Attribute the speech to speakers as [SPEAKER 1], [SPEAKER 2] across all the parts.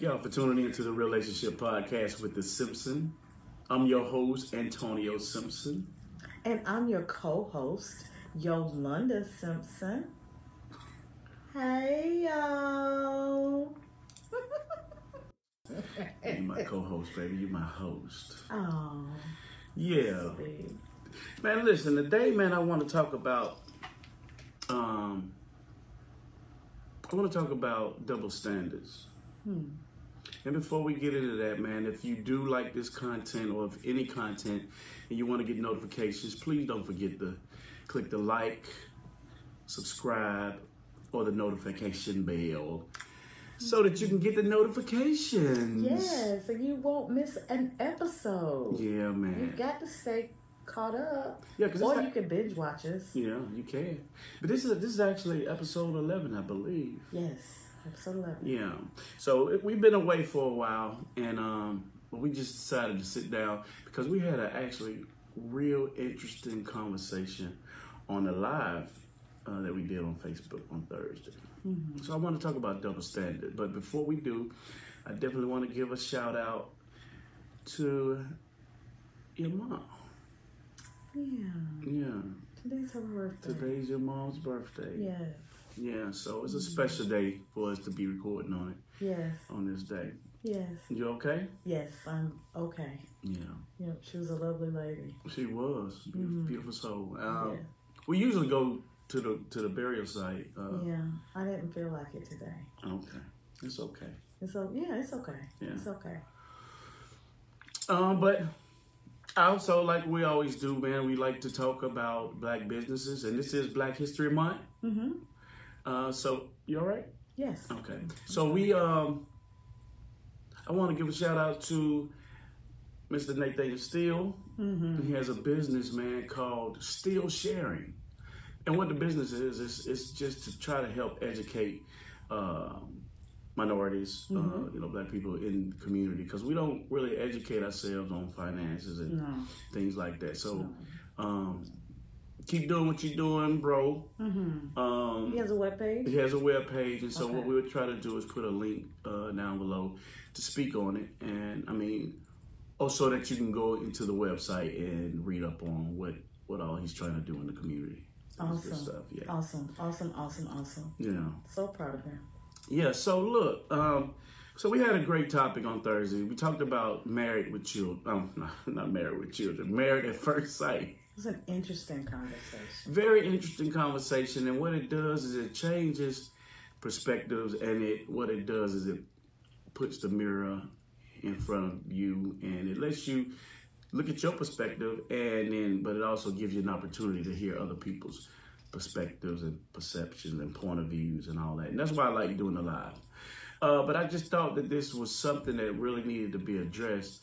[SPEAKER 1] y'all for tuning in to the Relationship Podcast with The Simpson. I'm your host, Antonio Simpson.
[SPEAKER 2] And I'm your co host, Yolanda Simpson. Hey, yo.
[SPEAKER 1] You're my co host, baby. You're my host.
[SPEAKER 2] Oh,
[SPEAKER 1] Yeah.
[SPEAKER 2] babe.
[SPEAKER 1] Man, listen, today, man, I want to talk about. Um, I want to talk about double standards.
[SPEAKER 2] Hmm.
[SPEAKER 1] And before we get into that, man, if you do like this content or if any content and you want to get notifications, please don't forget to click the like, subscribe, or the notification bell so that you can get the notifications.
[SPEAKER 2] Yes, and you won't miss an episode.
[SPEAKER 1] Yeah,
[SPEAKER 2] You
[SPEAKER 1] man.
[SPEAKER 2] got to stay caught up.
[SPEAKER 1] Yeah, 'cause it's
[SPEAKER 2] or
[SPEAKER 1] like-
[SPEAKER 2] you can binge watch us.
[SPEAKER 1] Yeah, you can. But this is this is actually episode 11, I believe.
[SPEAKER 2] Yes, episode 11.
[SPEAKER 1] Yeah. So it, we've been away for a while, and um, but we just decided to sit down because we had a actually real interesting conversation on the live uh, that we did on Facebook on Thursday. So I want to talk about double standard, but before we do, I definitely want to give a shout out to your mom.
[SPEAKER 2] Yeah,
[SPEAKER 1] Yeah,
[SPEAKER 2] today's her birthday.
[SPEAKER 1] today's your mom's birthday.
[SPEAKER 2] Yes,
[SPEAKER 1] Yeah, so it's a special day for us to be recording on it
[SPEAKER 2] yes,
[SPEAKER 1] on this day.
[SPEAKER 2] yes,
[SPEAKER 1] You okay?
[SPEAKER 2] yes, I'm okay.
[SPEAKER 1] Yeah.
[SPEAKER 2] Yep, she was a lovely lady.
[SPEAKER 1] She was beautiful, beautiful soul. Um,
[SPEAKER 2] Mm-hmm. Yeah.
[SPEAKER 1] We usually go to the to the burial site. Uh,
[SPEAKER 2] Yeah, I didn't feel like it today.
[SPEAKER 1] Okay, it's okay.
[SPEAKER 2] And so, yeah, it's okay.
[SPEAKER 1] Yeah.
[SPEAKER 2] It's okay.
[SPEAKER 1] Um, but I also like we always do, man. We like to talk about black businesses, and this is Black History Month.
[SPEAKER 2] Mm-hmm.
[SPEAKER 1] Uh, so you all right?
[SPEAKER 2] Yes.
[SPEAKER 1] Okay. So we um, I want to give a shout out to Mr. Nathan Steele.
[SPEAKER 2] Mm-hmm.
[SPEAKER 1] He has a business, man, called Still Sharing. And what the business is, is it's just to try to help educate um, minorities,
[SPEAKER 2] Mm-hmm.
[SPEAKER 1] uh, you know, black people in the community, because we don't really educate ourselves on finances and
[SPEAKER 2] No.
[SPEAKER 1] things like that. So um, keep doing what you're doing, bro.
[SPEAKER 2] Mm-hmm.
[SPEAKER 1] Um,
[SPEAKER 2] He has a webpage.
[SPEAKER 1] he has a web page, and so what
[SPEAKER 2] Okay.
[SPEAKER 1] we would try to do is put a link uh, down below to speak on it, and I mean, also that you can go into the website and read up on what what all he's trying to do in the community. That's good
[SPEAKER 2] Awesome.
[SPEAKER 1] stuff, yeah,
[SPEAKER 2] Awesome. Awesome. Awesome. Awesome.
[SPEAKER 1] yeah,
[SPEAKER 2] So proud of him.
[SPEAKER 1] yeah. So look, um, so we had a great topic on Thursday. We talked about married with children, um, not, not married with children, married at first sight.
[SPEAKER 2] It was an interesting conversation.
[SPEAKER 1] very interesting conversation and what it does is it changes perspectives and it what it does is it puts the mirror in front of you and it lets you look at your perspective and then but it also gives you an opportunity to hear other people's perspectives and perceptions and point of views and all that and that's why i like doing the live uh, but i just thought that this was something that really needed to be addressed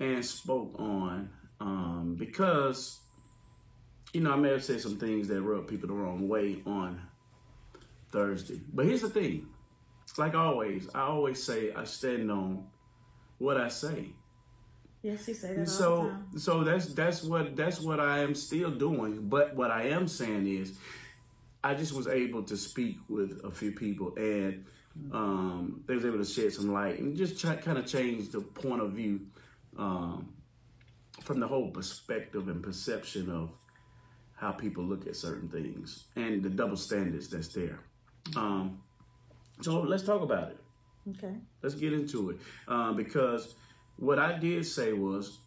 [SPEAKER 1] and spoke on um, because you know, I may have said some things that rubbed people the wrong way on Thursday. But here's the thing. Like always, I always say I stand on what I say.
[SPEAKER 2] Yes, you say that all
[SPEAKER 1] And
[SPEAKER 2] the
[SPEAKER 1] so
[SPEAKER 2] time.
[SPEAKER 1] so that's that's what that's what I am still doing. But what I am saying is I just was able to speak with a few people and um, they was able to shed some light and just ch- kind of change the point of view um, from the whole perspective and perception of how people look at certain things and the double standards that's there. Um, so let's talk about it.
[SPEAKER 2] Okay.
[SPEAKER 1] Let's get into it um, because what I did say was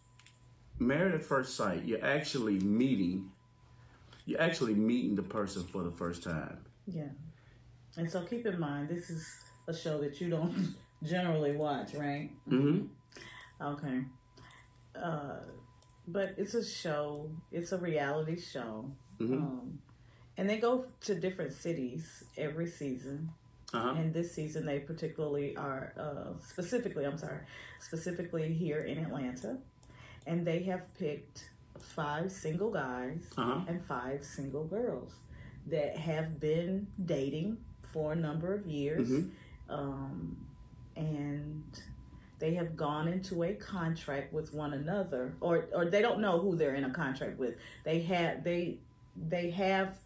[SPEAKER 1] married at first sight. You're actually meeting. You're actually meeting the person for the first time.
[SPEAKER 2] Yeah. And so keep in mind, this is a show that you don't generally watch, right?
[SPEAKER 1] Mm-hmm.
[SPEAKER 2] Okay. Uh, but it's a show. It's a reality show.
[SPEAKER 1] Mm-hmm.
[SPEAKER 2] Um, and they go to different cities every season.
[SPEAKER 1] Uh-huh.
[SPEAKER 2] And this season, they particularly are uh, specifically, I'm sorry, specifically here in Atlanta. And they have picked five single guys
[SPEAKER 1] Uh-huh.
[SPEAKER 2] and five single girls that have been dating for a number of years.
[SPEAKER 1] Mhm.
[SPEAKER 2] Um, and they have gone into a contract with one another or or they don't know who they're in a contract with. They had they they have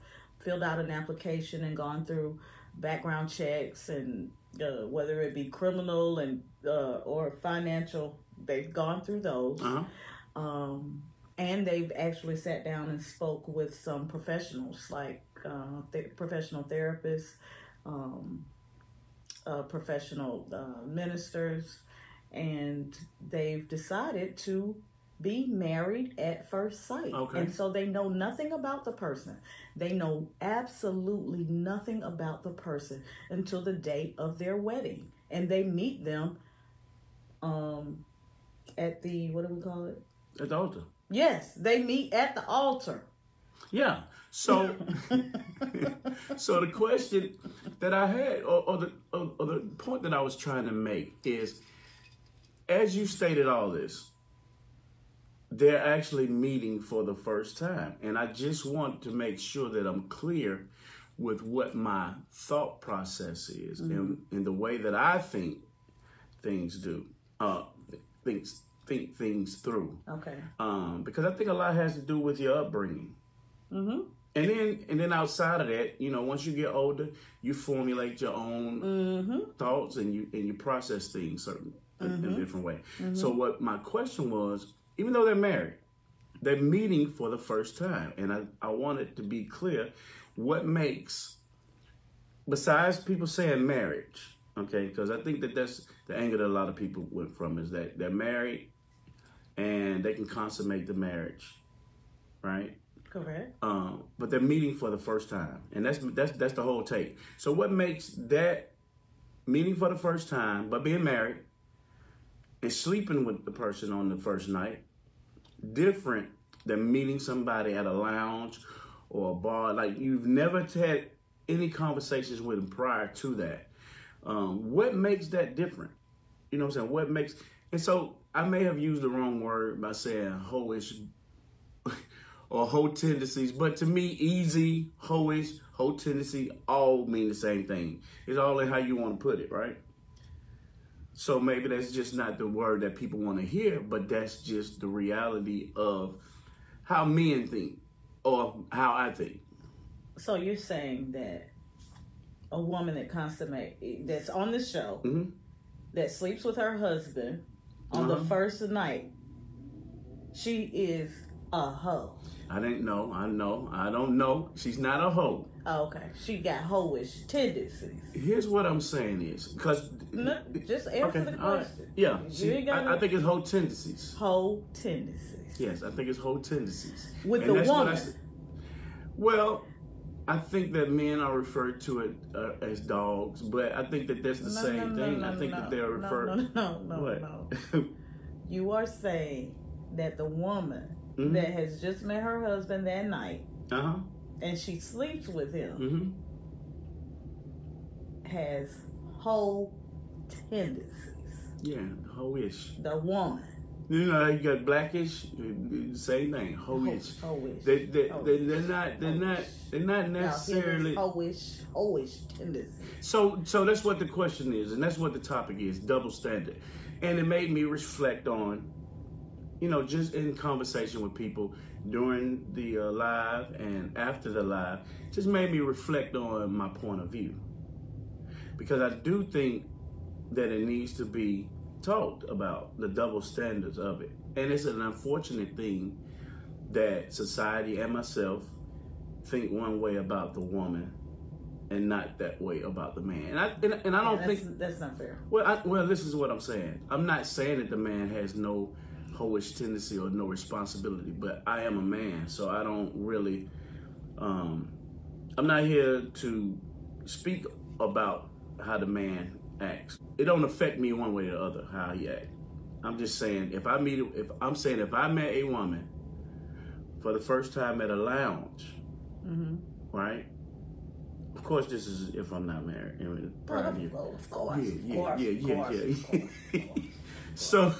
[SPEAKER 2] filled out an application and gone through background checks and uh, whether it be criminal and uh, or financial, they've gone through those.
[SPEAKER 1] Uh-huh.
[SPEAKER 2] Um, and they've actually sat down and spoke with some professionals, like uh, th- professional therapists, um, uh, professional uh, ministers, and they've decided to be married at first sight.
[SPEAKER 1] Okay.
[SPEAKER 2] And so they know nothing about the person. They know absolutely nothing about the person until the day of their wedding. And they meet them um at the what do we call it?
[SPEAKER 1] At the altar.
[SPEAKER 2] Yes, they meet at the altar.
[SPEAKER 1] Yeah. So, so the question that I had, or, or the or, or the point that I was trying to make is, as you stated all this, they're actually meeting for the first time, and I just want to make sure that I'm clear with what my thought process is and, and the way that I think things do, uh, things think things through
[SPEAKER 2] Okay.
[SPEAKER 1] um, because I think a lot has to do with your upbringing. Mm-hmm. And then, and then outside of that, you know, once you get older, you formulate your own thoughts and you and you process things certain in a different way. So, what my question was, even though they're married, they're meeting for the first time, and I I wanted to be clear, what makes besides people saying marriage, okay? Because I think that that's the angle that a lot of people went from is that they're married and they can consummate the marriage, right?
[SPEAKER 2] Correct.
[SPEAKER 1] Um, but they're meeting for the first time, and that's that's that's the whole take. So what makes that meeting for the first time, but being married and sleeping with the person on the first night, different than meeting somebody at a lounge or a bar? Like you've never had any conversations with them prior to that. Um, what makes that different? You know what I'm saying? What makes and so I may have used the wrong word by saying hoish or hoe tendencies, but to me, easy, hoish, hoe tendency all mean the same thing. It's all in how you want to put it, right? So maybe that's just not the word that people want to hear, but that's just the reality of how men think or how I think.
[SPEAKER 2] So you're saying that a woman that consummate that's on the show
[SPEAKER 1] Mhm.
[SPEAKER 2] that sleeps with her husband on the
[SPEAKER 1] Uh-huh.
[SPEAKER 2] first night, she is a hoe.
[SPEAKER 1] I didn't know. I know. I don't know. She's not a hoe.
[SPEAKER 2] Oh, okay, she got hoish tendencies.
[SPEAKER 1] Here's what I'm saying is because
[SPEAKER 2] No, just answer the
[SPEAKER 1] all right.
[SPEAKER 2] question.
[SPEAKER 1] Yeah,
[SPEAKER 2] You
[SPEAKER 1] see,
[SPEAKER 2] ain't gotta-
[SPEAKER 1] I, I think it's whole tendencies.
[SPEAKER 2] Hoe tendencies.
[SPEAKER 1] Yes, I think it's whole tendencies.
[SPEAKER 2] With the
[SPEAKER 1] that's what I
[SPEAKER 2] woman.
[SPEAKER 1] s- well, I think that men are referred to it uh, as dogs, but I think that that's the
[SPEAKER 2] No,
[SPEAKER 1] same
[SPEAKER 2] no, no,
[SPEAKER 1] thing.
[SPEAKER 2] no,
[SPEAKER 1] I think
[SPEAKER 2] no,
[SPEAKER 1] that they're
[SPEAKER 2] no,
[SPEAKER 1] referred. Mm-hmm.
[SPEAKER 2] No, no, no,
[SPEAKER 1] what?
[SPEAKER 2] no. You are saying that the woman
[SPEAKER 1] Mhm.
[SPEAKER 2] that has just met her husband that night
[SPEAKER 1] uh huh.
[SPEAKER 2] and she sleeps with him
[SPEAKER 1] Mm-hmm.
[SPEAKER 2] has whole tendencies.
[SPEAKER 1] Yeah, hoish.
[SPEAKER 2] The woman.
[SPEAKER 1] You know, how you got blackish. uh, uh, Same thing, hoish.
[SPEAKER 2] Hoish.
[SPEAKER 1] They they
[SPEAKER 2] Hoish.
[SPEAKER 1] they they're not they're not they're not necessarily.
[SPEAKER 2] Now, here is Hoish, hoish oh, tendencies.
[SPEAKER 1] So, so that's what the question is, and that's what the topic is: double standard. And it made me reflect on, you know, just in conversation with people during the uh, live and after the live, just made me reflect on my point of view, because I do think that it needs to be talked about the double standards of it, and it's an unfortunate thing that society and myself think one way about the woman and not that way about the man. And I and, and I don't
[SPEAKER 2] That's,
[SPEAKER 1] think
[SPEAKER 2] that's not fair.
[SPEAKER 1] well I, well this is what I'm saying. I'm not saying that the man has no hoish tendency or no responsibility, but I am a man, so I don't really um I'm not here to speak about how the man acts. It don't affect me one way or the other how he acts. I'm just saying if I meet if I'm saying if I met a woman for the first time at a lounge,
[SPEAKER 2] Mm-hmm.
[SPEAKER 1] right? Of course, this is if I'm not married. I mean, prior to
[SPEAKER 2] Of
[SPEAKER 1] you.
[SPEAKER 2] course, of course,
[SPEAKER 1] Yeah,
[SPEAKER 2] of
[SPEAKER 1] yeah,
[SPEAKER 2] course,
[SPEAKER 1] yeah,
[SPEAKER 2] of
[SPEAKER 1] yeah,
[SPEAKER 2] course,
[SPEAKER 1] yeah.
[SPEAKER 2] of course, of course.
[SPEAKER 1] So,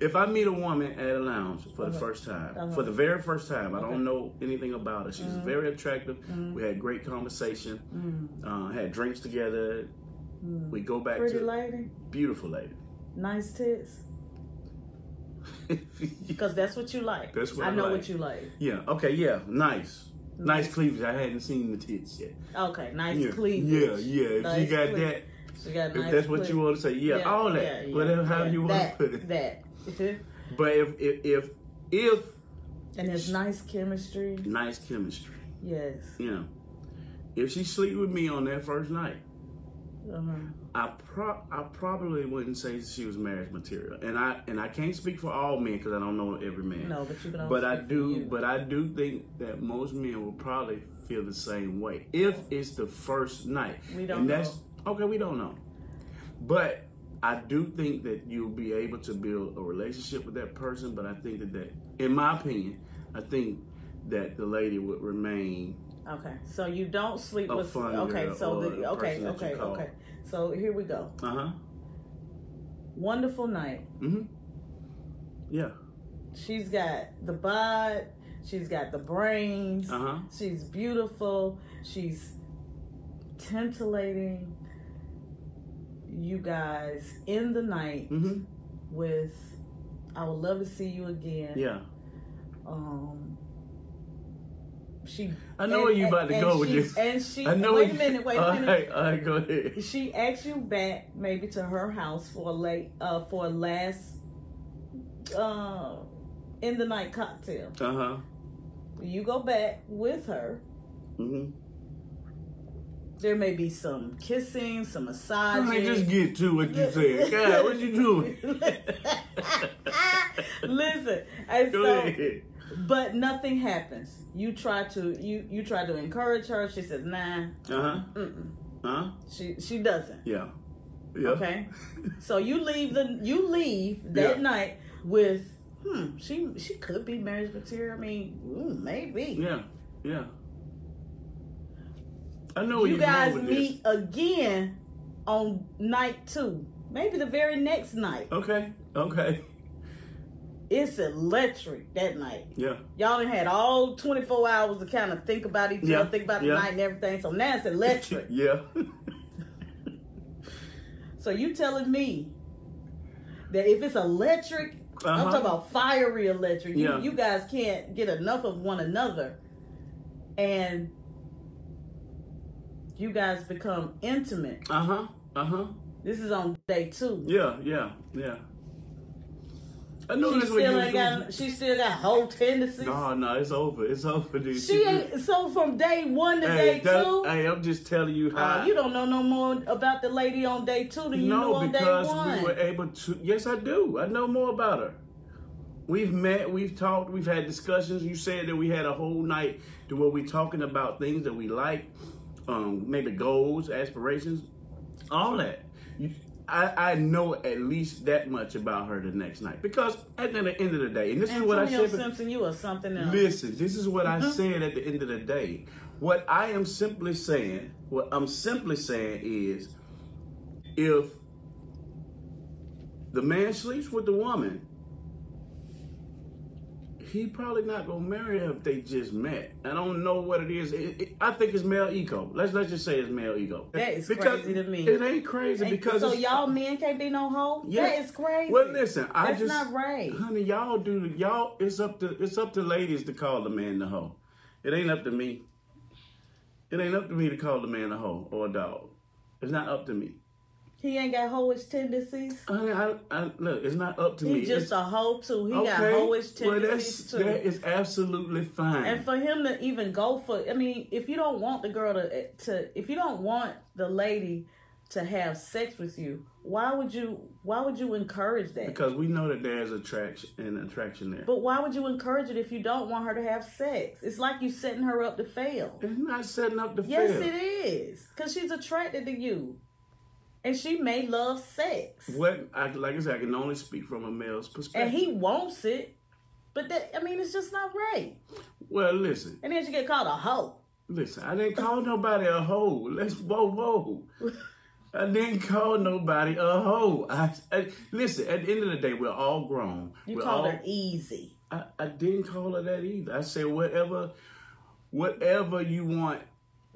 [SPEAKER 1] if I meet a woman at a lounge for the
[SPEAKER 2] Uh-huh.
[SPEAKER 1] first time,
[SPEAKER 2] Uh-huh.
[SPEAKER 1] for the very first time, I
[SPEAKER 2] Okay. Uh-huh.
[SPEAKER 1] don't know anything about her. She's very attractive.
[SPEAKER 2] Mm-hmm.
[SPEAKER 1] We had great conversation.
[SPEAKER 2] Mm,
[SPEAKER 1] Uh, had drinks together.
[SPEAKER 2] mm.
[SPEAKER 1] We go back
[SPEAKER 2] Pretty
[SPEAKER 1] to
[SPEAKER 2] lady,
[SPEAKER 1] beautiful lady.
[SPEAKER 2] nice tits, because that's what you like.
[SPEAKER 1] That's what
[SPEAKER 2] I
[SPEAKER 1] I
[SPEAKER 2] know
[SPEAKER 1] like.
[SPEAKER 2] what you like.
[SPEAKER 1] yeah. Okay. Yeah. Nice. Nice cleavage. I hadn't seen the tits yet.
[SPEAKER 2] Okay, nice
[SPEAKER 1] yeah.
[SPEAKER 2] cleavage.
[SPEAKER 1] Yeah, yeah. If
[SPEAKER 2] Nice
[SPEAKER 1] you got
[SPEAKER 2] cleavage.
[SPEAKER 1] that,
[SPEAKER 2] She got
[SPEAKER 1] if
[SPEAKER 2] nice
[SPEAKER 1] that's what you
[SPEAKER 2] cleavage.
[SPEAKER 1] want to say, yeah, all that,
[SPEAKER 2] yeah,
[SPEAKER 1] whatever, how
[SPEAKER 2] yeah,
[SPEAKER 1] you want to
[SPEAKER 2] that,
[SPEAKER 1] put it.
[SPEAKER 2] That.
[SPEAKER 1] But if if if, if
[SPEAKER 2] and it's nice chemistry.
[SPEAKER 1] nice chemistry,
[SPEAKER 2] Yes.
[SPEAKER 1] you know, if she sleep with me on that first night,
[SPEAKER 2] Uh-huh.
[SPEAKER 1] I pro- I probably wouldn't say she was marriage material, and I and I can't speak for all men because I don't know every man.
[SPEAKER 2] No, but you can.
[SPEAKER 1] But
[SPEAKER 2] also
[SPEAKER 1] I
[SPEAKER 2] speak for
[SPEAKER 1] do,
[SPEAKER 2] you.
[SPEAKER 1] but I do think that most men will probably feel the same way if it's the first night.
[SPEAKER 2] We don't
[SPEAKER 1] and that's okay. We don't know, but I do think that you'll be able to build a relationship with that person. But I think that, that in my opinion, I think that the lady would remain.
[SPEAKER 2] Okay, so you don't sleep
[SPEAKER 1] A
[SPEAKER 2] with.
[SPEAKER 1] fun
[SPEAKER 2] Okay,
[SPEAKER 1] girl
[SPEAKER 2] so
[SPEAKER 1] or
[SPEAKER 2] the,
[SPEAKER 1] a
[SPEAKER 2] okay,
[SPEAKER 1] person that you
[SPEAKER 2] okay,
[SPEAKER 1] call.
[SPEAKER 2] okay. So here we go.
[SPEAKER 1] Uh huh.
[SPEAKER 2] Wonderful night.
[SPEAKER 1] Mm-hmm. Yeah.
[SPEAKER 2] She's got the bod. She's got the brains.
[SPEAKER 1] Uh huh.
[SPEAKER 2] She's beautiful. She's titillating. You guys in the night
[SPEAKER 1] Mm-hmm.
[SPEAKER 2] with. I would love to see you again.
[SPEAKER 1] Yeah.
[SPEAKER 2] Um. She.
[SPEAKER 1] I know
[SPEAKER 2] and-
[SPEAKER 1] where you
[SPEAKER 2] and-
[SPEAKER 1] about to
[SPEAKER 2] and
[SPEAKER 1] go with
[SPEAKER 2] she-
[SPEAKER 1] this.
[SPEAKER 2] And she.
[SPEAKER 1] I know.
[SPEAKER 2] wait a
[SPEAKER 1] where
[SPEAKER 2] minute.
[SPEAKER 1] you-
[SPEAKER 2] Wait a
[SPEAKER 1] All
[SPEAKER 2] minute.
[SPEAKER 1] right, all right, go ahead.
[SPEAKER 2] She asked you back maybe to her house for a late uh for a last uh in the night cocktail.
[SPEAKER 1] Uh huh.
[SPEAKER 2] You go back with her.
[SPEAKER 1] Mm-hmm.
[SPEAKER 2] There may be some kissing, some
[SPEAKER 1] I
[SPEAKER 2] massaging.
[SPEAKER 1] mean, just get to what you said. God, what you doing?
[SPEAKER 2] Listen, and
[SPEAKER 1] Go
[SPEAKER 2] so,
[SPEAKER 1] ahead.
[SPEAKER 2] but nothing happens. You try to you you try to encourage her. She says,
[SPEAKER 1] Uh
[SPEAKER 2] "Nah,
[SPEAKER 1] huh.
[SPEAKER 2] mm-mm.
[SPEAKER 1] Huh?
[SPEAKER 2] she she doesn't."
[SPEAKER 1] Yeah. Yeah.
[SPEAKER 2] Okay. So you leave the you leave that
[SPEAKER 1] Yeah.
[SPEAKER 2] night with hmm she she could be marriage material. I mean mm, maybe
[SPEAKER 1] Yeah. Yeah. I know where
[SPEAKER 2] you
[SPEAKER 1] you're going
[SPEAKER 2] guys
[SPEAKER 1] with
[SPEAKER 2] meet again on night two, maybe the very next night.
[SPEAKER 1] This. Okay. Okay.
[SPEAKER 2] It's electric that night.
[SPEAKER 1] Yeah.
[SPEAKER 2] Y'all done had all twenty four hours to kind of think about each
[SPEAKER 1] Yeah.
[SPEAKER 2] other, think about
[SPEAKER 1] Yeah.
[SPEAKER 2] the night and everything. So now it's electric.
[SPEAKER 1] Yeah.
[SPEAKER 2] so you telling me that if it's electric I'm
[SPEAKER 1] Uh-huh.
[SPEAKER 2] talking about fiery electric. You,
[SPEAKER 1] Yeah.
[SPEAKER 2] you guys can't get enough of one another. And you guys become intimate.
[SPEAKER 1] Uh huh. Uh huh.
[SPEAKER 2] This is on day two.
[SPEAKER 1] Yeah. Yeah. Yeah. I know
[SPEAKER 2] She
[SPEAKER 1] that's what
[SPEAKER 2] still
[SPEAKER 1] you're
[SPEAKER 2] ain't got she still got whole tendencies.
[SPEAKER 1] No, no, it's over. It's over, dude.
[SPEAKER 2] She ain't so from day one to
[SPEAKER 1] Hey,
[SPEAKER 2] day
[SPEAKER 1] that-
[SPEAKER 2] two.
[SPEAKER 1] hey, I'm just telling you how.
[SPEAKER 2] uh, you don't know no more about the lady on day two than you knew
[SPEAKER 1] no,
[SPEAKER 2] on day
[SPEAKER 1] because
[SPEAKER 2] one.
[SPEAKER 1] we were able to. Yes, I do. I know more about her. We've met, we've talked, we've had discussions. You said that we had a whole night to where we talking about things that we like, um, maybe goals, aspirations, all that. You, I, I know at least that much about her the next night because at the end of the day, and this is what I
[SPEAKER 2] Antonio
[SPEAKER 1] said. be-
[SPEAKER 2] Simpson, you are something else.
[SPEAKER 1] Listen, this is what
[SPEAKER 2] Uh-huh.
[SPEAKER 1] I said at the end of the day. What I am simply saying, what I'm simply saying is, if the man sleeps with the woman, he probably not gonna marry her if they just met. I don't know what it is. It- it- I think it's male ego. Let's let's just say it's male ego.
[SPEAKER 2] That is crazy to me.
[SPEAKER 1] It ain't crazy
[SPEAKER 2] And
[SPEAKER 1] because
[SPEAKER 2] so
[SPEAKER 1] it's-
[SPEAKER 2] y'all men can't be no hoe?
[SPEAKER 1] Yeah.
[SPEAKER 2] That is crazy.
[SPEAKER 1] Well, listen, I
[SPEAKER 2] That's
[SPEAKER 1] just
[SPEAKER 2] not right.
[SPEAKER 1] honey, y'all do the y'all. It's up to it's up to ladies to call the man the hoe. It ain't up to me. It ain't up to me to call the man a hoe or a dog. It's not up to me.
[SPEAKER 2] He ain't got hoish tendencies.
[SPEAKER 1] Honey, I, I look. It's not up to me.
[SPEAKER 2] He just
[SPEAKER 1] It's-
[SPEAKER 2] a hoe too. He got
[SPEAKER 1] okay.
[SPEAKER 2] hoish
[SPEAKER 1] well, that's
[SPEAKER 2] tendencies too.
[SPEAKER 1] that is absolutely fine.
[SPEAKER 2] and for him to even go for, I mean, if you don't want the girl to, eh, to, if you don't want the lady to have sex with you, why would you, why would you encourage that?
[SPEAKER 1] because we know that there's attraction an attraction there.
[SPEAKER 2] but why would you encourage it if you don't want her to have sex? It's like you setting her up to fail.
[SPEAKER 1] it's not setting up the
[SPEAKER 2] Yes,
[SPEAKER 1] fail.
[SPEAKER 2] it is, because she's attracted to you, and she may love sex,
[SPEAKER 1] What I, like I said, I can only speak from a male's perspective.
[SPEAKER 2] and he wants it, but that, I mean, it's just not right.
[SPEAKER 1] well, listen.
[SPEAKER 2] And then she get called a hoe.
[SPEAKER 1] Listen, I didn't call nobody a hoe. Let's whoa whoa. I didn't call nobody a hoe. I, I- listen. At the end of the day, we're all grown.
[SPEAKER 2] You
[SPEAKER 1] we're
[SPEAKER 2] called
[SPEAKER 1] all,
[SPEAKER 2] her easy.
[SPEAKER 1] I, I didn't call her that either. I said whatever, whatever you want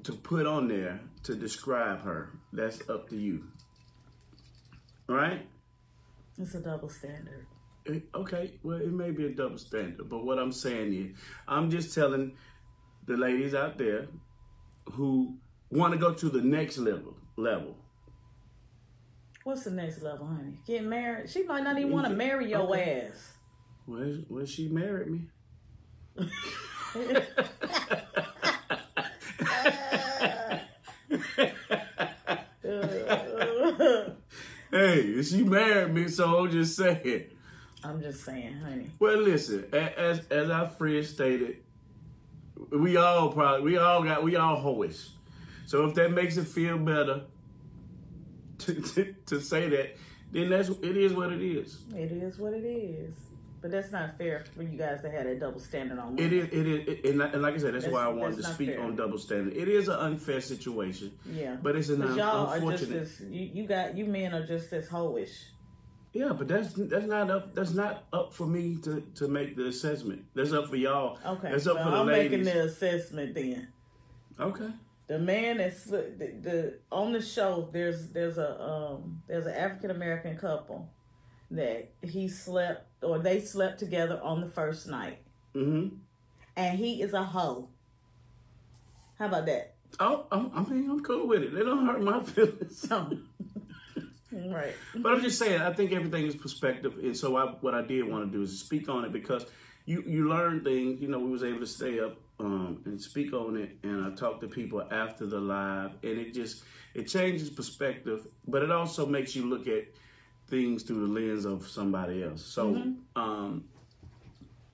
[SPEAKER 1] to put on there to describe her, that's up to you. All right.
[SPEAKER 2] It's a double standard.
[SPEAKER 1] It- okay, well, it may be a double standard, but what I'm saying is, I'm just telling the ladies out there who want to go to the next level. Level.
[SPEAKER 2] What's the next level, honey? Getting married? She might not even want to marry your
[SPEAKER 1] Okay.
[SPEAKER 2] ass.
[SPEAKER 1] Well, well, she married me. hey, she married me, so I'm just saying.
[SPEAKER 2] I'm just saying, honey.
[SPEAKER 1] Well, listen, a- as as our friend stated, we all probably we all got we all hoish. So if that makes it feel better to, to, to say that, then that's it is what it is.
[SPEAKER 2] It is what it is. But that's not fair for you guys to have that double standard on
[SPEAKER 1] It
[SPEAKER 2] women.
[SPEAKER 1] is it is it, and, li- and like I said, that's, why I
[SPEAKER 2] That's-
[SPEAKER 1] wanted to
[SPEAKER 2] that's not
[SPEAKER 1] speak
[SPEAKER 2] fair.
[SPEAKER 1] on double standard. It is an unfair situation,
[SPEAKER 2] Yeah.
[SPEAKER 1] but it's an
[SPEAKER 2] But
[SPEAKER 1] un-
[SPEAKER 2] y'all are just
[SPEAKER 1] unfortunate.
[SPEAKER 2] as you, you got you men are just as hoish.
[SPEAKER 1] Yeah, but that's that's not up that's not up for me to to make the assessment. That's up for y'all.
[SPEAKER 2] Okay.
[SPEAKER 1] That's up
[SPEAKER 2] so
[SPEAKER 1] for the
[SPEAKER 2] I'm making
[SPEAKER 1] ladies.
[SPEAKER 2] the assessment then.
[SPEAKER 1] Okay.
[SPEAKER 2] The man that's the, the on the show there's there's a um there's an African American couple that he slept or they slept together on the first night.
[SPEAKER 1] Mm-hmm.
[SPEAKER 2] And he is a hoe. How about that?
[SPEAKER 1] Oh, I'm, I mean, I'm cool with it. They don't hurt my feelings.
[SPEAKER 2] So Right.
[SPEAKER 1] But I'm just saying, I think everything is perspective, and so I, what I did want to do is speak on it because you you learn things. You know, we was able to stay up um, and speak on it, and I talked to people after the live, and it just it changes perspective, but it also makes you look at things through the lens of somebody else. So,
[SPEAKER 2] Mm-hmm.
[SPEAKER 1] um,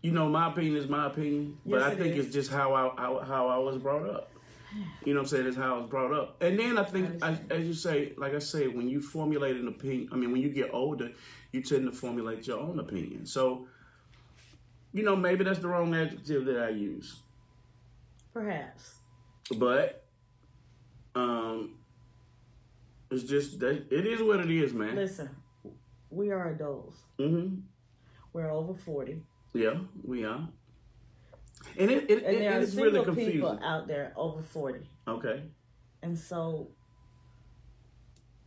[SPEAKER 1] you know, my opinion is my opinion, but
[SPEAKER 2] Yes,
[SPEAKER 1] I
[SPEAKER 2] it
[SPEAKER 1] think
[SPEAKER 2] is.
[SPEAKER 1] it's just how I, I how I was brought up. You know what I'm saying? That's how I was brought up. And then I think, as, as you say, like I say, when you formulate an opinion, I mean, when you get older, you tend to formulate your own opinion. So, you know, maybe that's the wrong adjective that I use.
[SPEAKER 2] Perhaps.
[SPEAKER 1] But, um, it's just that it is what it is, man.
[SPEAKER 2] Listen, we are adults.
[SPEAKER 1] Mm-hmm.
[SPEAKER 2] We're over forty.
[SPEAKER 1] Yeah, we are. And it, it,
[SPEAKER 2] And
[SPEAKER 1] it-
[SPEAKER 2] there
[SPEAKER 1] it
[SPEAKER 2] are
[SPEAKER 1] is really
[SPEAKER 2] single
[SPEAKER 1] confusing.
[SPEAKER 2] people out there over forty.
[SPEAKER 1] Okay.
[SPEAKER 2] And so,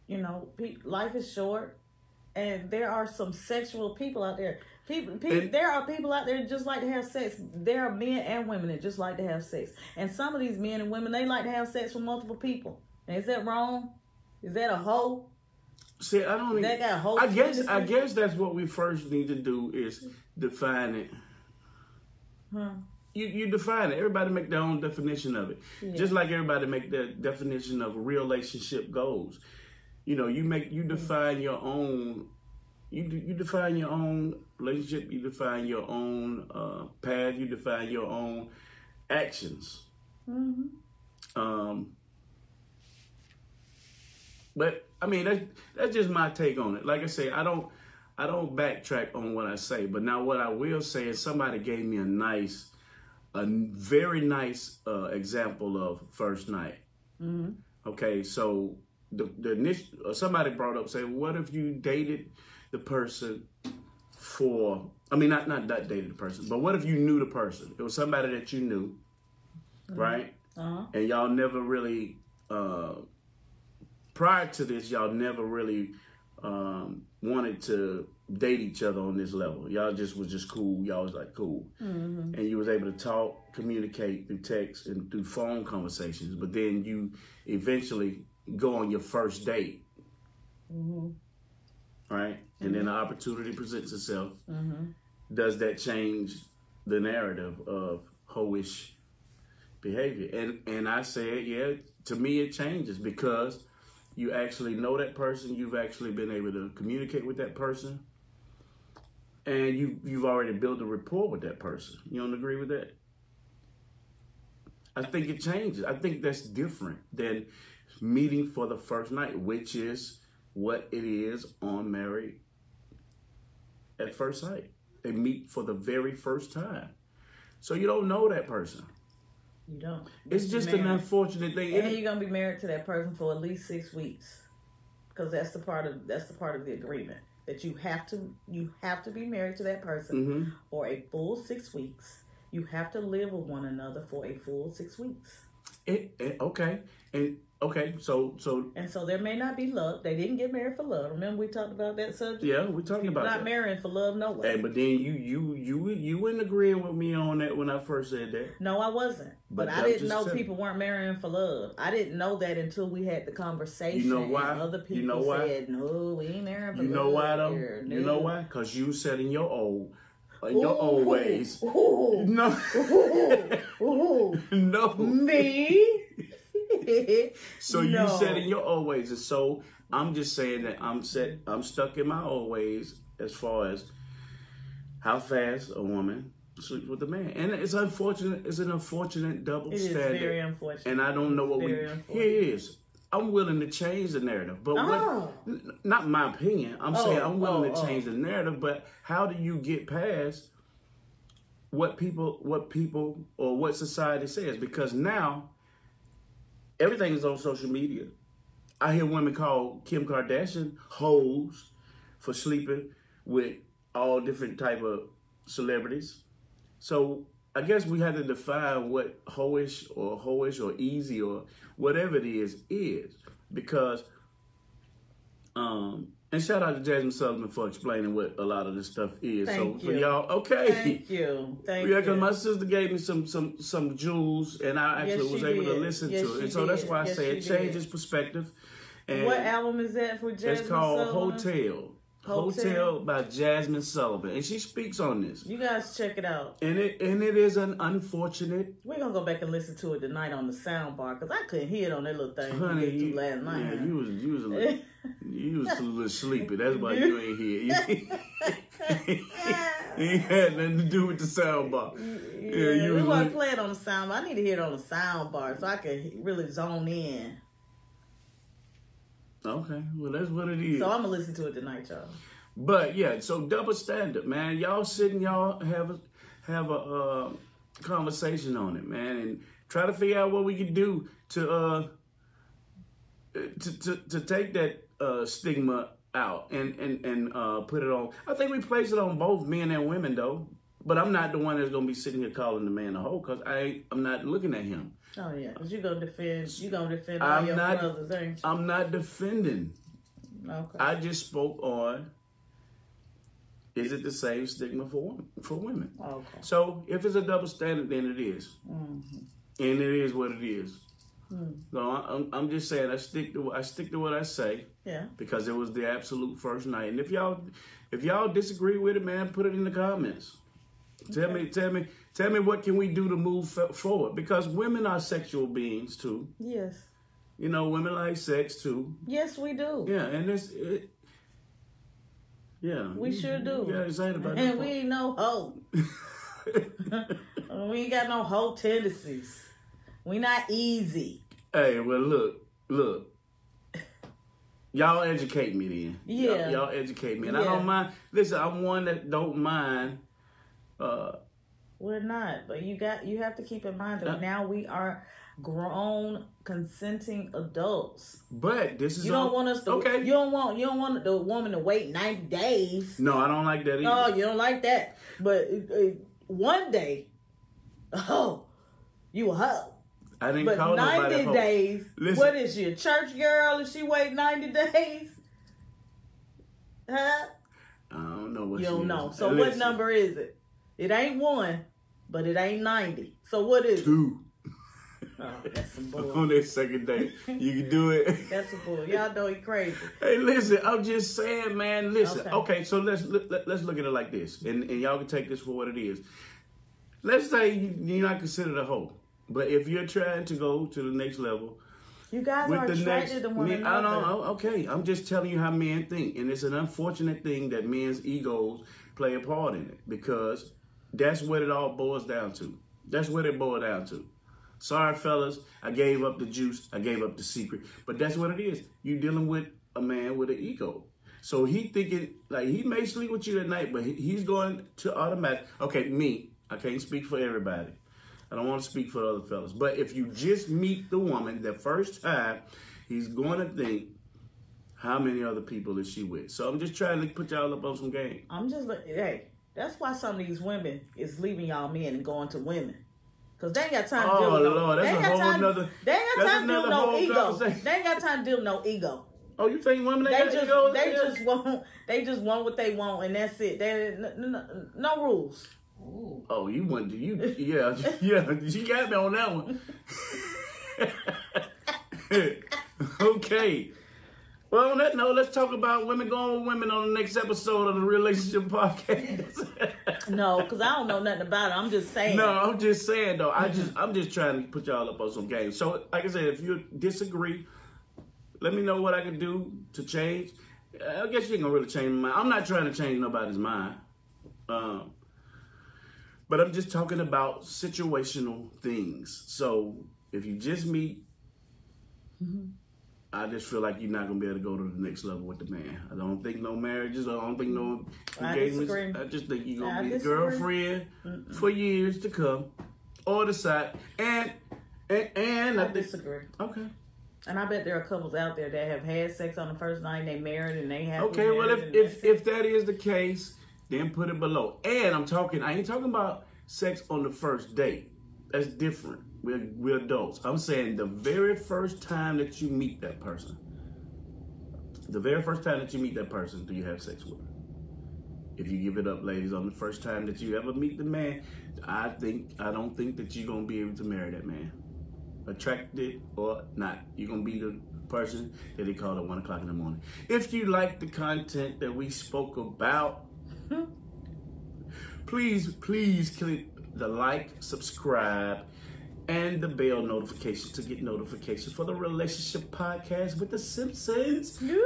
[SPEAKER 2] you know, pe- life is short, and there are some sexual people out there. People, people
[SPEAKER 1] And-
[SPEAKER 2] there are people out there that just like to have sex. There are men and women that just like to have sex, and some of these men and women they like to have sex with multiple people. And is that wrong? Is that a hoe?
[SPEAKER 1] See, I don't.
[SPEAKER 2] That
[SPEAKER 1] Even,
[SPEAKER 2] got whole
[SPEAKER 1] I guess. I
[SPEAKER 2] tendencies.
[SPEAKER 1] guess that's what we first need to do is define it.
[SPEAKER 2] Huh?
[SPEAKER 1] You you define it. Everybody make their own definition of it. Just like everybody make their definition of relationship goals. You know, you make you define your own. You de- you define your own relationship. You define your own uh, path. You define your own actions.
[SPEAKER 2] Mm-hmm.
[SPEAKER 1] Um, but I mean that that's just my take on it. Like I say, I don't I don't backtrack on what I say, but now what I will say is somebody gave me a nice, a n- very nice uh, example of first night. Okay, so the the initial, uh, somebody brought up saying, what if you dated the person for? I mean, not not not dated the person, but what if you knew the person? It was somebody that you knew, right?
[SPEAKER 2] Uh-huh.
[SPEAKER 1] and y'all never really uh, prior to this y'all never really um, wanted to date each other on this level y'all just was just cool y'all was like cool and you was able to talk communicate through text and through phone conversations but then you eventually go on your first date right and then the opportunity presents itself does that change the narrative of hoish behavior. And and I said, yeah, to me it changes because you actually know that person, you've actually been able to communicate with that person, and you you've already built a rapport with that person. You don't agree with that? I think it changes. I think that's different than meeting for the first night, which is what it is on married at first sight. They meet for the very first time. So you don't know that person.
[SPEAKER 2] You don't.
[SPEAKER 1] It's
[SPEAKER 2] You're
[SPEAKER 1] just an
[SPEAKER 2] married.
[SPEAKER 1] unfortunate thing.
[SPEAKER 2] And you're gonna be married to that person for at least six weeks, because that's the part of that's the part of the agreement that you have to you have to be married to that person
[SPEAKER 1] hmm
[SPEAKER 2] for a full six weeks. You have to live with one another for a full six weeks.
[SPEAKER 1] it, it- okay, and Okay, so so
[SPEAKER 2] And so there may not be love. They didn't get married for love. Remember we talked about that subject?
[SPEAKER 1] yeah, we're talking about
[SPEAKER 2] not
[SPEAKER 1] that.
[SPEAKER 2] marrying for love, no way.
[SPEAKER 1] And but then you you you you weren't agreeing with me on that when I first said that.
[SPEAKER 2] No, I wasn't. But,
[SPEAKER 1] But
[SPEAKER 2] I
[SPEAKER 1] I'm
[SPEAKER 2] didn't
[SPEAKER 1] just
[SPEAKER 2] know
[SPEAKER 1] telling-
[SPEAKER 2] people weren't marrying for love. I didn't know that until we had the conversation.
[SPEAKER 1] You know why?
[SPEAKER 2] and other people
[SPEAKER 1] You know why?
[SPEAKER 2] said, "No, we ain't marrying for
[SPEAKER 1] You
[SPEAKER 2] love."
[SPEAKER 1] know why though?
[SPEAKER 2] here,
[SPEAKER 1] You
[SPEAKER 2] no."
[SPEAKER 1] know why? Cause you said in your old in your old
[SPEAKER 2] Ooh,
[SPEAKER 1] ways.
[SPEAKER 2] Ooh,
[SPEAKER 1] No,
[SPEAKER 2] ooh, ooh,
[SPEAKER 1] no.
[SPEAKER 2] me.
[SPEAKER 1] So you
[SPEAKER 2] No.
[SPEAKER 1] said in your old ways, and so I'm just saying that I'm set. I'm stuck in my old ways as far as how fast a woman sleeps with a man, and it's unfortunate. It's an unfortunate double
[SPEAKER 2] It is
[SPEAKER 1] standard.
[SPEAKER 2] very unfortunate.
[SPEAKER 1] and I don't know what we.
[SPEAKER 2] Very
[SPEAKER 1] Here
[SPEAKER 2] unfortunate.
[SPEAKER 1] it is. I'm willing to change the narrative, but
[SPEAKER 2] Oh.
[SPEAKER 1] what, n- not my opinion. I'm saying I'm willing
[SPEAKER 2] oh,
[SPEAKER 1] to
[SPEAKER 2] oh.
[SPEAKER 1] change the narrative, but how do you get past what people, what people, or what society says? Because now everything is on social media. I hear women call Kim Kardashian hoes for sleeping with all different type of celebrities. So I guess we had to define what hoish or hoish or easy or whatever it is is because um and shout out to Jasmine Sullivan for explaining what a lot of this stuff is.
[SPEAKER 2] Thank
[SPEAKER 1] so for
[SPEAKER 2] you.
[SPEAKER 1] y'all, okay.
[SPEAKER 2] Thank you. Thank
[SPEAKER 1] Yeah,
[SPEAKER 2] you.
[SPEAKER 1] because my sister gave me some some some jewels, and I
[SPEAKER 2] Yes,
[SPEAKER 1] actually
[SPEAKER 2] she
[SPEAKER 1] was able to
[SPEAKER 2] did.
[SPEAKER 1] listen
[SPEAKER 2] Yes,
[SPEAKER 1] to it.
[SPEAKER 2] she
[SPEAKER 1] And so that's
[SPEAKER 2] did.
[SPEAKER 1] why I
[SPEAKER 2] Yes,
[SPEAKER 1] say
[SPEAKER 2] she
[SPEAKER 1] it changes
[SPEAKER 2] did.
[SPEAKER 1] perspective. And
[SPEAKER 2] what album is that for Jasmine?
[SPEAKER 1] it's called
[SPEAKER 2] Sullivan?
[SPEAKER 1] Hotel.
[SPEAKER 2] Hotel?
[SPEAKER 1] Hotel by Jasmine Sullivan, and she speaks on this.
[SPEAKER 2] You guys check it out.
[SPEAKER 1] And it and it is an unfortunate,
[SPEAKER 2] We're gonna go back and listen to it tonight on the sound bar because I couldn't hear it on that little thing
[SPEAKER 1] honey.
[SPEAKER 2] you did
[SPEAKER 1] You,
[SPEAKER 2] to last night.
[SPEAKER 1] yeah, you was you was a little, you was a little sleepy. That's why you ain't here. You ain't had nothing to do with the sound bar.
[SPEAKER 2] Yeah,
[SPEAKER 1] you
[SPEAKER 2] we
[SPEAKER 1] was
[SPEAKER 2] want
[SPEAKER 1] like-
[SPEAKER 2] to play it on the sound. bar. I need to hear it on the sound bar so I can he- really zone in.
[SPEAKER 1] Okay, well that's what it is.
[SPEAKER 2] So I'm gonna listen to it tonight, y'all.
[SPEAKER 1] But yeah, so double standard, man. Y'all sitting, y'all have a, have a uh, conversation on it, man, and try to figure out what we can do to uh, to, to to take that uh, stigma out and and and uh, put it on. I think we place it on both men and women though. But I'm not the one that's gonna be sitting here calling the man a hoe because I ain't- I'm not looking at him.
[SPEAKER 2] Oh yeah, you gonna defend. You gonna defend all
[SPEAKER 1] I'm
[SPEAKER 2] your
[SPEAKER 1] not-
[SPEAKER 2] brothers, ain't you?
[SPEAKER 1] I'm not defending.
[SPEAKER 2] Okay.
[SPEAKER 1] I just spoke on. Is it the same stigma for women, for women?
[SPEAKER 2] okay.
[SPEAKER 1] So if it's a double standard, then it is.
[SPEAKER 2] Mm-hmm.
[SPEAKER 1] and it is what it is.
[SPEAKER 2] Hmm.
[SPEAKER 1] No, I, I'm, I'm just saying I stick to I stick to what I say
[SPEAKER 2] Yeah.
[SPEAKER 1] because it was the absolute first night. And if y'all if y'all disagree with it, man, put it in the comments. Tell me, tell me, tell me what can we do to move f- forward because women are sexual beings too.
[SPEAKER 2] Yes.
[SPEAKER 1] You know, women like sex too.
[SPEAKER 2] Yes, we do.
[SPEAKER 1] Yeah, and it's it, yeah.
[SPEAKER 2] We sure do.
[SPEAKER 1] Yeah, excited about that.
[SPEAKER 2] And we ain't no hoe. Uh,
[SPEAKER 1] part.
[SPEAKER 2] We ain't got no hoe tendencies. We not easy.
[SPEAKER 1] Hey, well, look, look. Y'all educate me then. Y'all-
[SPEAKER 2] Yeah.
[SPEAKER 1] Y'all, educate me, and I
[SPEAKER 2] Yeah.
[SPEAKER 1] don't mind. Listen, I'm one that don't mind. Uh,
[SPEAKER 2] We're not. But you got. You have to keep in mind that now we are grown, consenting adults.
[SPEAKER 1] but this is
[SPEAKER 2] You don't
[SPEAKER 1] all-
[SPEAKER 2] want us to.
[SPEAKER 1] Okay.
[SPEAKER 2] You don't want. You don't want the woman to wait ninety days.
[SPEAKER 1] no, I don't like that either.
[SPEAKER 2] Oh, you don't like that. But uh, uh, one day, oh, you a hoe.
[SPEAKER 1] I didn't
[SPEAKER 2] But
[SPEAKER 1] call nobody. a
[SPEAKER 2] ninety
[SPEAKER 1] hoe.
[SPEAKER 2] days.
[SPEAKER 1] Listen.
[SPEAKER 2] What is she? A church girl? If she wait ninety days? Huh?
[SPEAKER 1] I don't know what
[SPEAKER 2] You
[SPEAKER 1] she
[SPEAKER 2] don't
[SPEAKER 1] is.
[SPEAKER 2] know. So what
[SPEAKER 1] Listen,
[SPEAKER 2] number is it? It ain't one, but it ain't ninety. So what is? It?
[SPEAKER 1] Two
[SPEAKER 2] Oh, that's some bull.
[SPEAKER 1] on that second day. You can do it.
[SPEAKER 2] That's some bull. Y'all know he crazy.
[SPEAKER 1] Hey, listen. I'm just saying, man. Listen.
[SPEAKER 2] Okay.
[SPEAKER 1] Okay. so let's let, let- let's look at it like this, and and y'all can take this for what it is. Let's say you, you're not considered a hoe, but if you're trying to go to the next level
[SPEAKER 2] You guys
[SPEAKER 1] with
[SPEAKER 2] are
[SPEAKER 1] the next,
[SPEAKER 2] attracted to one
[SPEAKER 1] men,
[SPEAKER 2] another.
[SPEAKER 1] I don't know. Okay, I'm just telling you how men think, and it's an unfortunate thing that men's egos play a part in it because that's what it all boils down to. That's what it boils down to. Sorry, fellas, I gave up the juice. I gave up the secret. But that's what it is. You dealing with a man with an ego. So he thinking like he may sleep with you tonight, but he- he's going to automatic. Okay, me. I can't speak for everybody. I don't want to speak for other fellas. But if you just meet the woman the first time, he's going to think how many other people is she with. So I'm just trying to put y'all up on some game.
[SPEAKER 2] I'm just like, hey, that's why some of these women is leaving y'all men and going to women. Cause they ain't got time to
[SPEAKER 1] Oh,
[SPEAKER 2] deal with no,
[SPEAKER 1] Lord,
[SPEAKER 2] they
[SPEAKER 1] that's
[SPEAKER 2] ain't
[SPEAKER 1] a
[SPEAKER 2] got
[SPEAKER 1] whole
[SPEAKER 2] time,
[SPEAKER 1] nother-
[SPEAKER 2] They ain't got
[SPEAKER 1] that's
[SPEAKER 2] time to deal with
[SPEAKER 1] another
[SPEAKER 2] no
[SPEAKER 1] whole
[SPEAKER 2] ego.
[SPEAKER 1] conversation.
[SPEAKER 2] They ain't got time to deal with no ego.
[SPEAKER 1] Oh, you think women ain't
[SPEAKER 2] They
[SPEAKER 1] got
[SPEAKER 2] just
[SPEAKER 1] egos?
[SPEAKER 2] they
[SPEAKER 1] Yeah.
[SPEAKER 2] just want they just want what they want and that's it. They n- n- no rules.
[SPEAKER 3] Ooh.
[SPEAKER 1] Oh, you went to you. Yeah, yeah. You got me on that one. okay. Well, on that note, let's talk about women going with women on the next episode of the Relationship Podcast.
[SPEAKER 2] No, because I don't know nothing about it. I'm just saying. Mm-hmm.
[SPEAKER 1] no, I'm just saying though. I just I'm just trying to put y'all up on some game. So, like I said, if you disagree, let me know what I can do to change. I guess you ain't gonna really change my mind. I'm not trying to change nobody's mind. Um, but I'm just talking about situational things. So if you just meet,
[SPEAKER 2] Mm-hmm.
[SPEAKER 1] I just feel like you're not gonna be able to go to the next level with the man. I don't think no marriages. I don't think no
[SPEAKER 2] I
[SPEAKER 1] engagements.
[SPEAKER 2] disagree.
[SPEAKER 1] I just think you're gonna
[SPEAKER 2] I
[SPEAKER 1] be
[SPEAKER 2] disagree.
[SPEAKER 1] a girlfriend for years to come, or the side. And and, and I,
[SPEAKER 2] I
[SPEAKER 1] think
[SPEAKER 2] disagree.
[SPEAKER 1] okay.
[SPEAKER 2] And I bet there are couples out there that have had sex on the first night, they married and they have
[SPEAKER 1] Okay, well if if, if that is the case, then put it below. And I'm talking I ain't talking about sex on the first date. That's different. We're we're adults. I'm saying the very first time that you meet that person. The very first time that you meet that person, do you have sex with her? If you give it up, ladies, on the first time that you ever meet the man, I think I don't think that you're gonna be able to marry that man. Attracted or not, you're gonna be the person that they call at one o'clock in the morning. If you like the content that we spoke about, please, please click the like, subscribe, and the bell notification to get notification for the relationship podcast with the Simpsons.
[SPEAKER 2] You.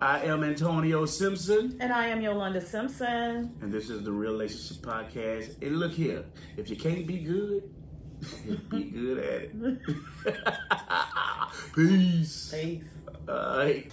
[SPEAKER 1] I am Antonio Simpson.
[SPEAKER 2] And I am Yolanda Simpson.
[SPEAKER 1] And this is the Real Relationship Podcast. And look here, if you can't be good, be good at it. Peace.
[SPEAKER 2] Peace.
[SPEAKER 1] All right.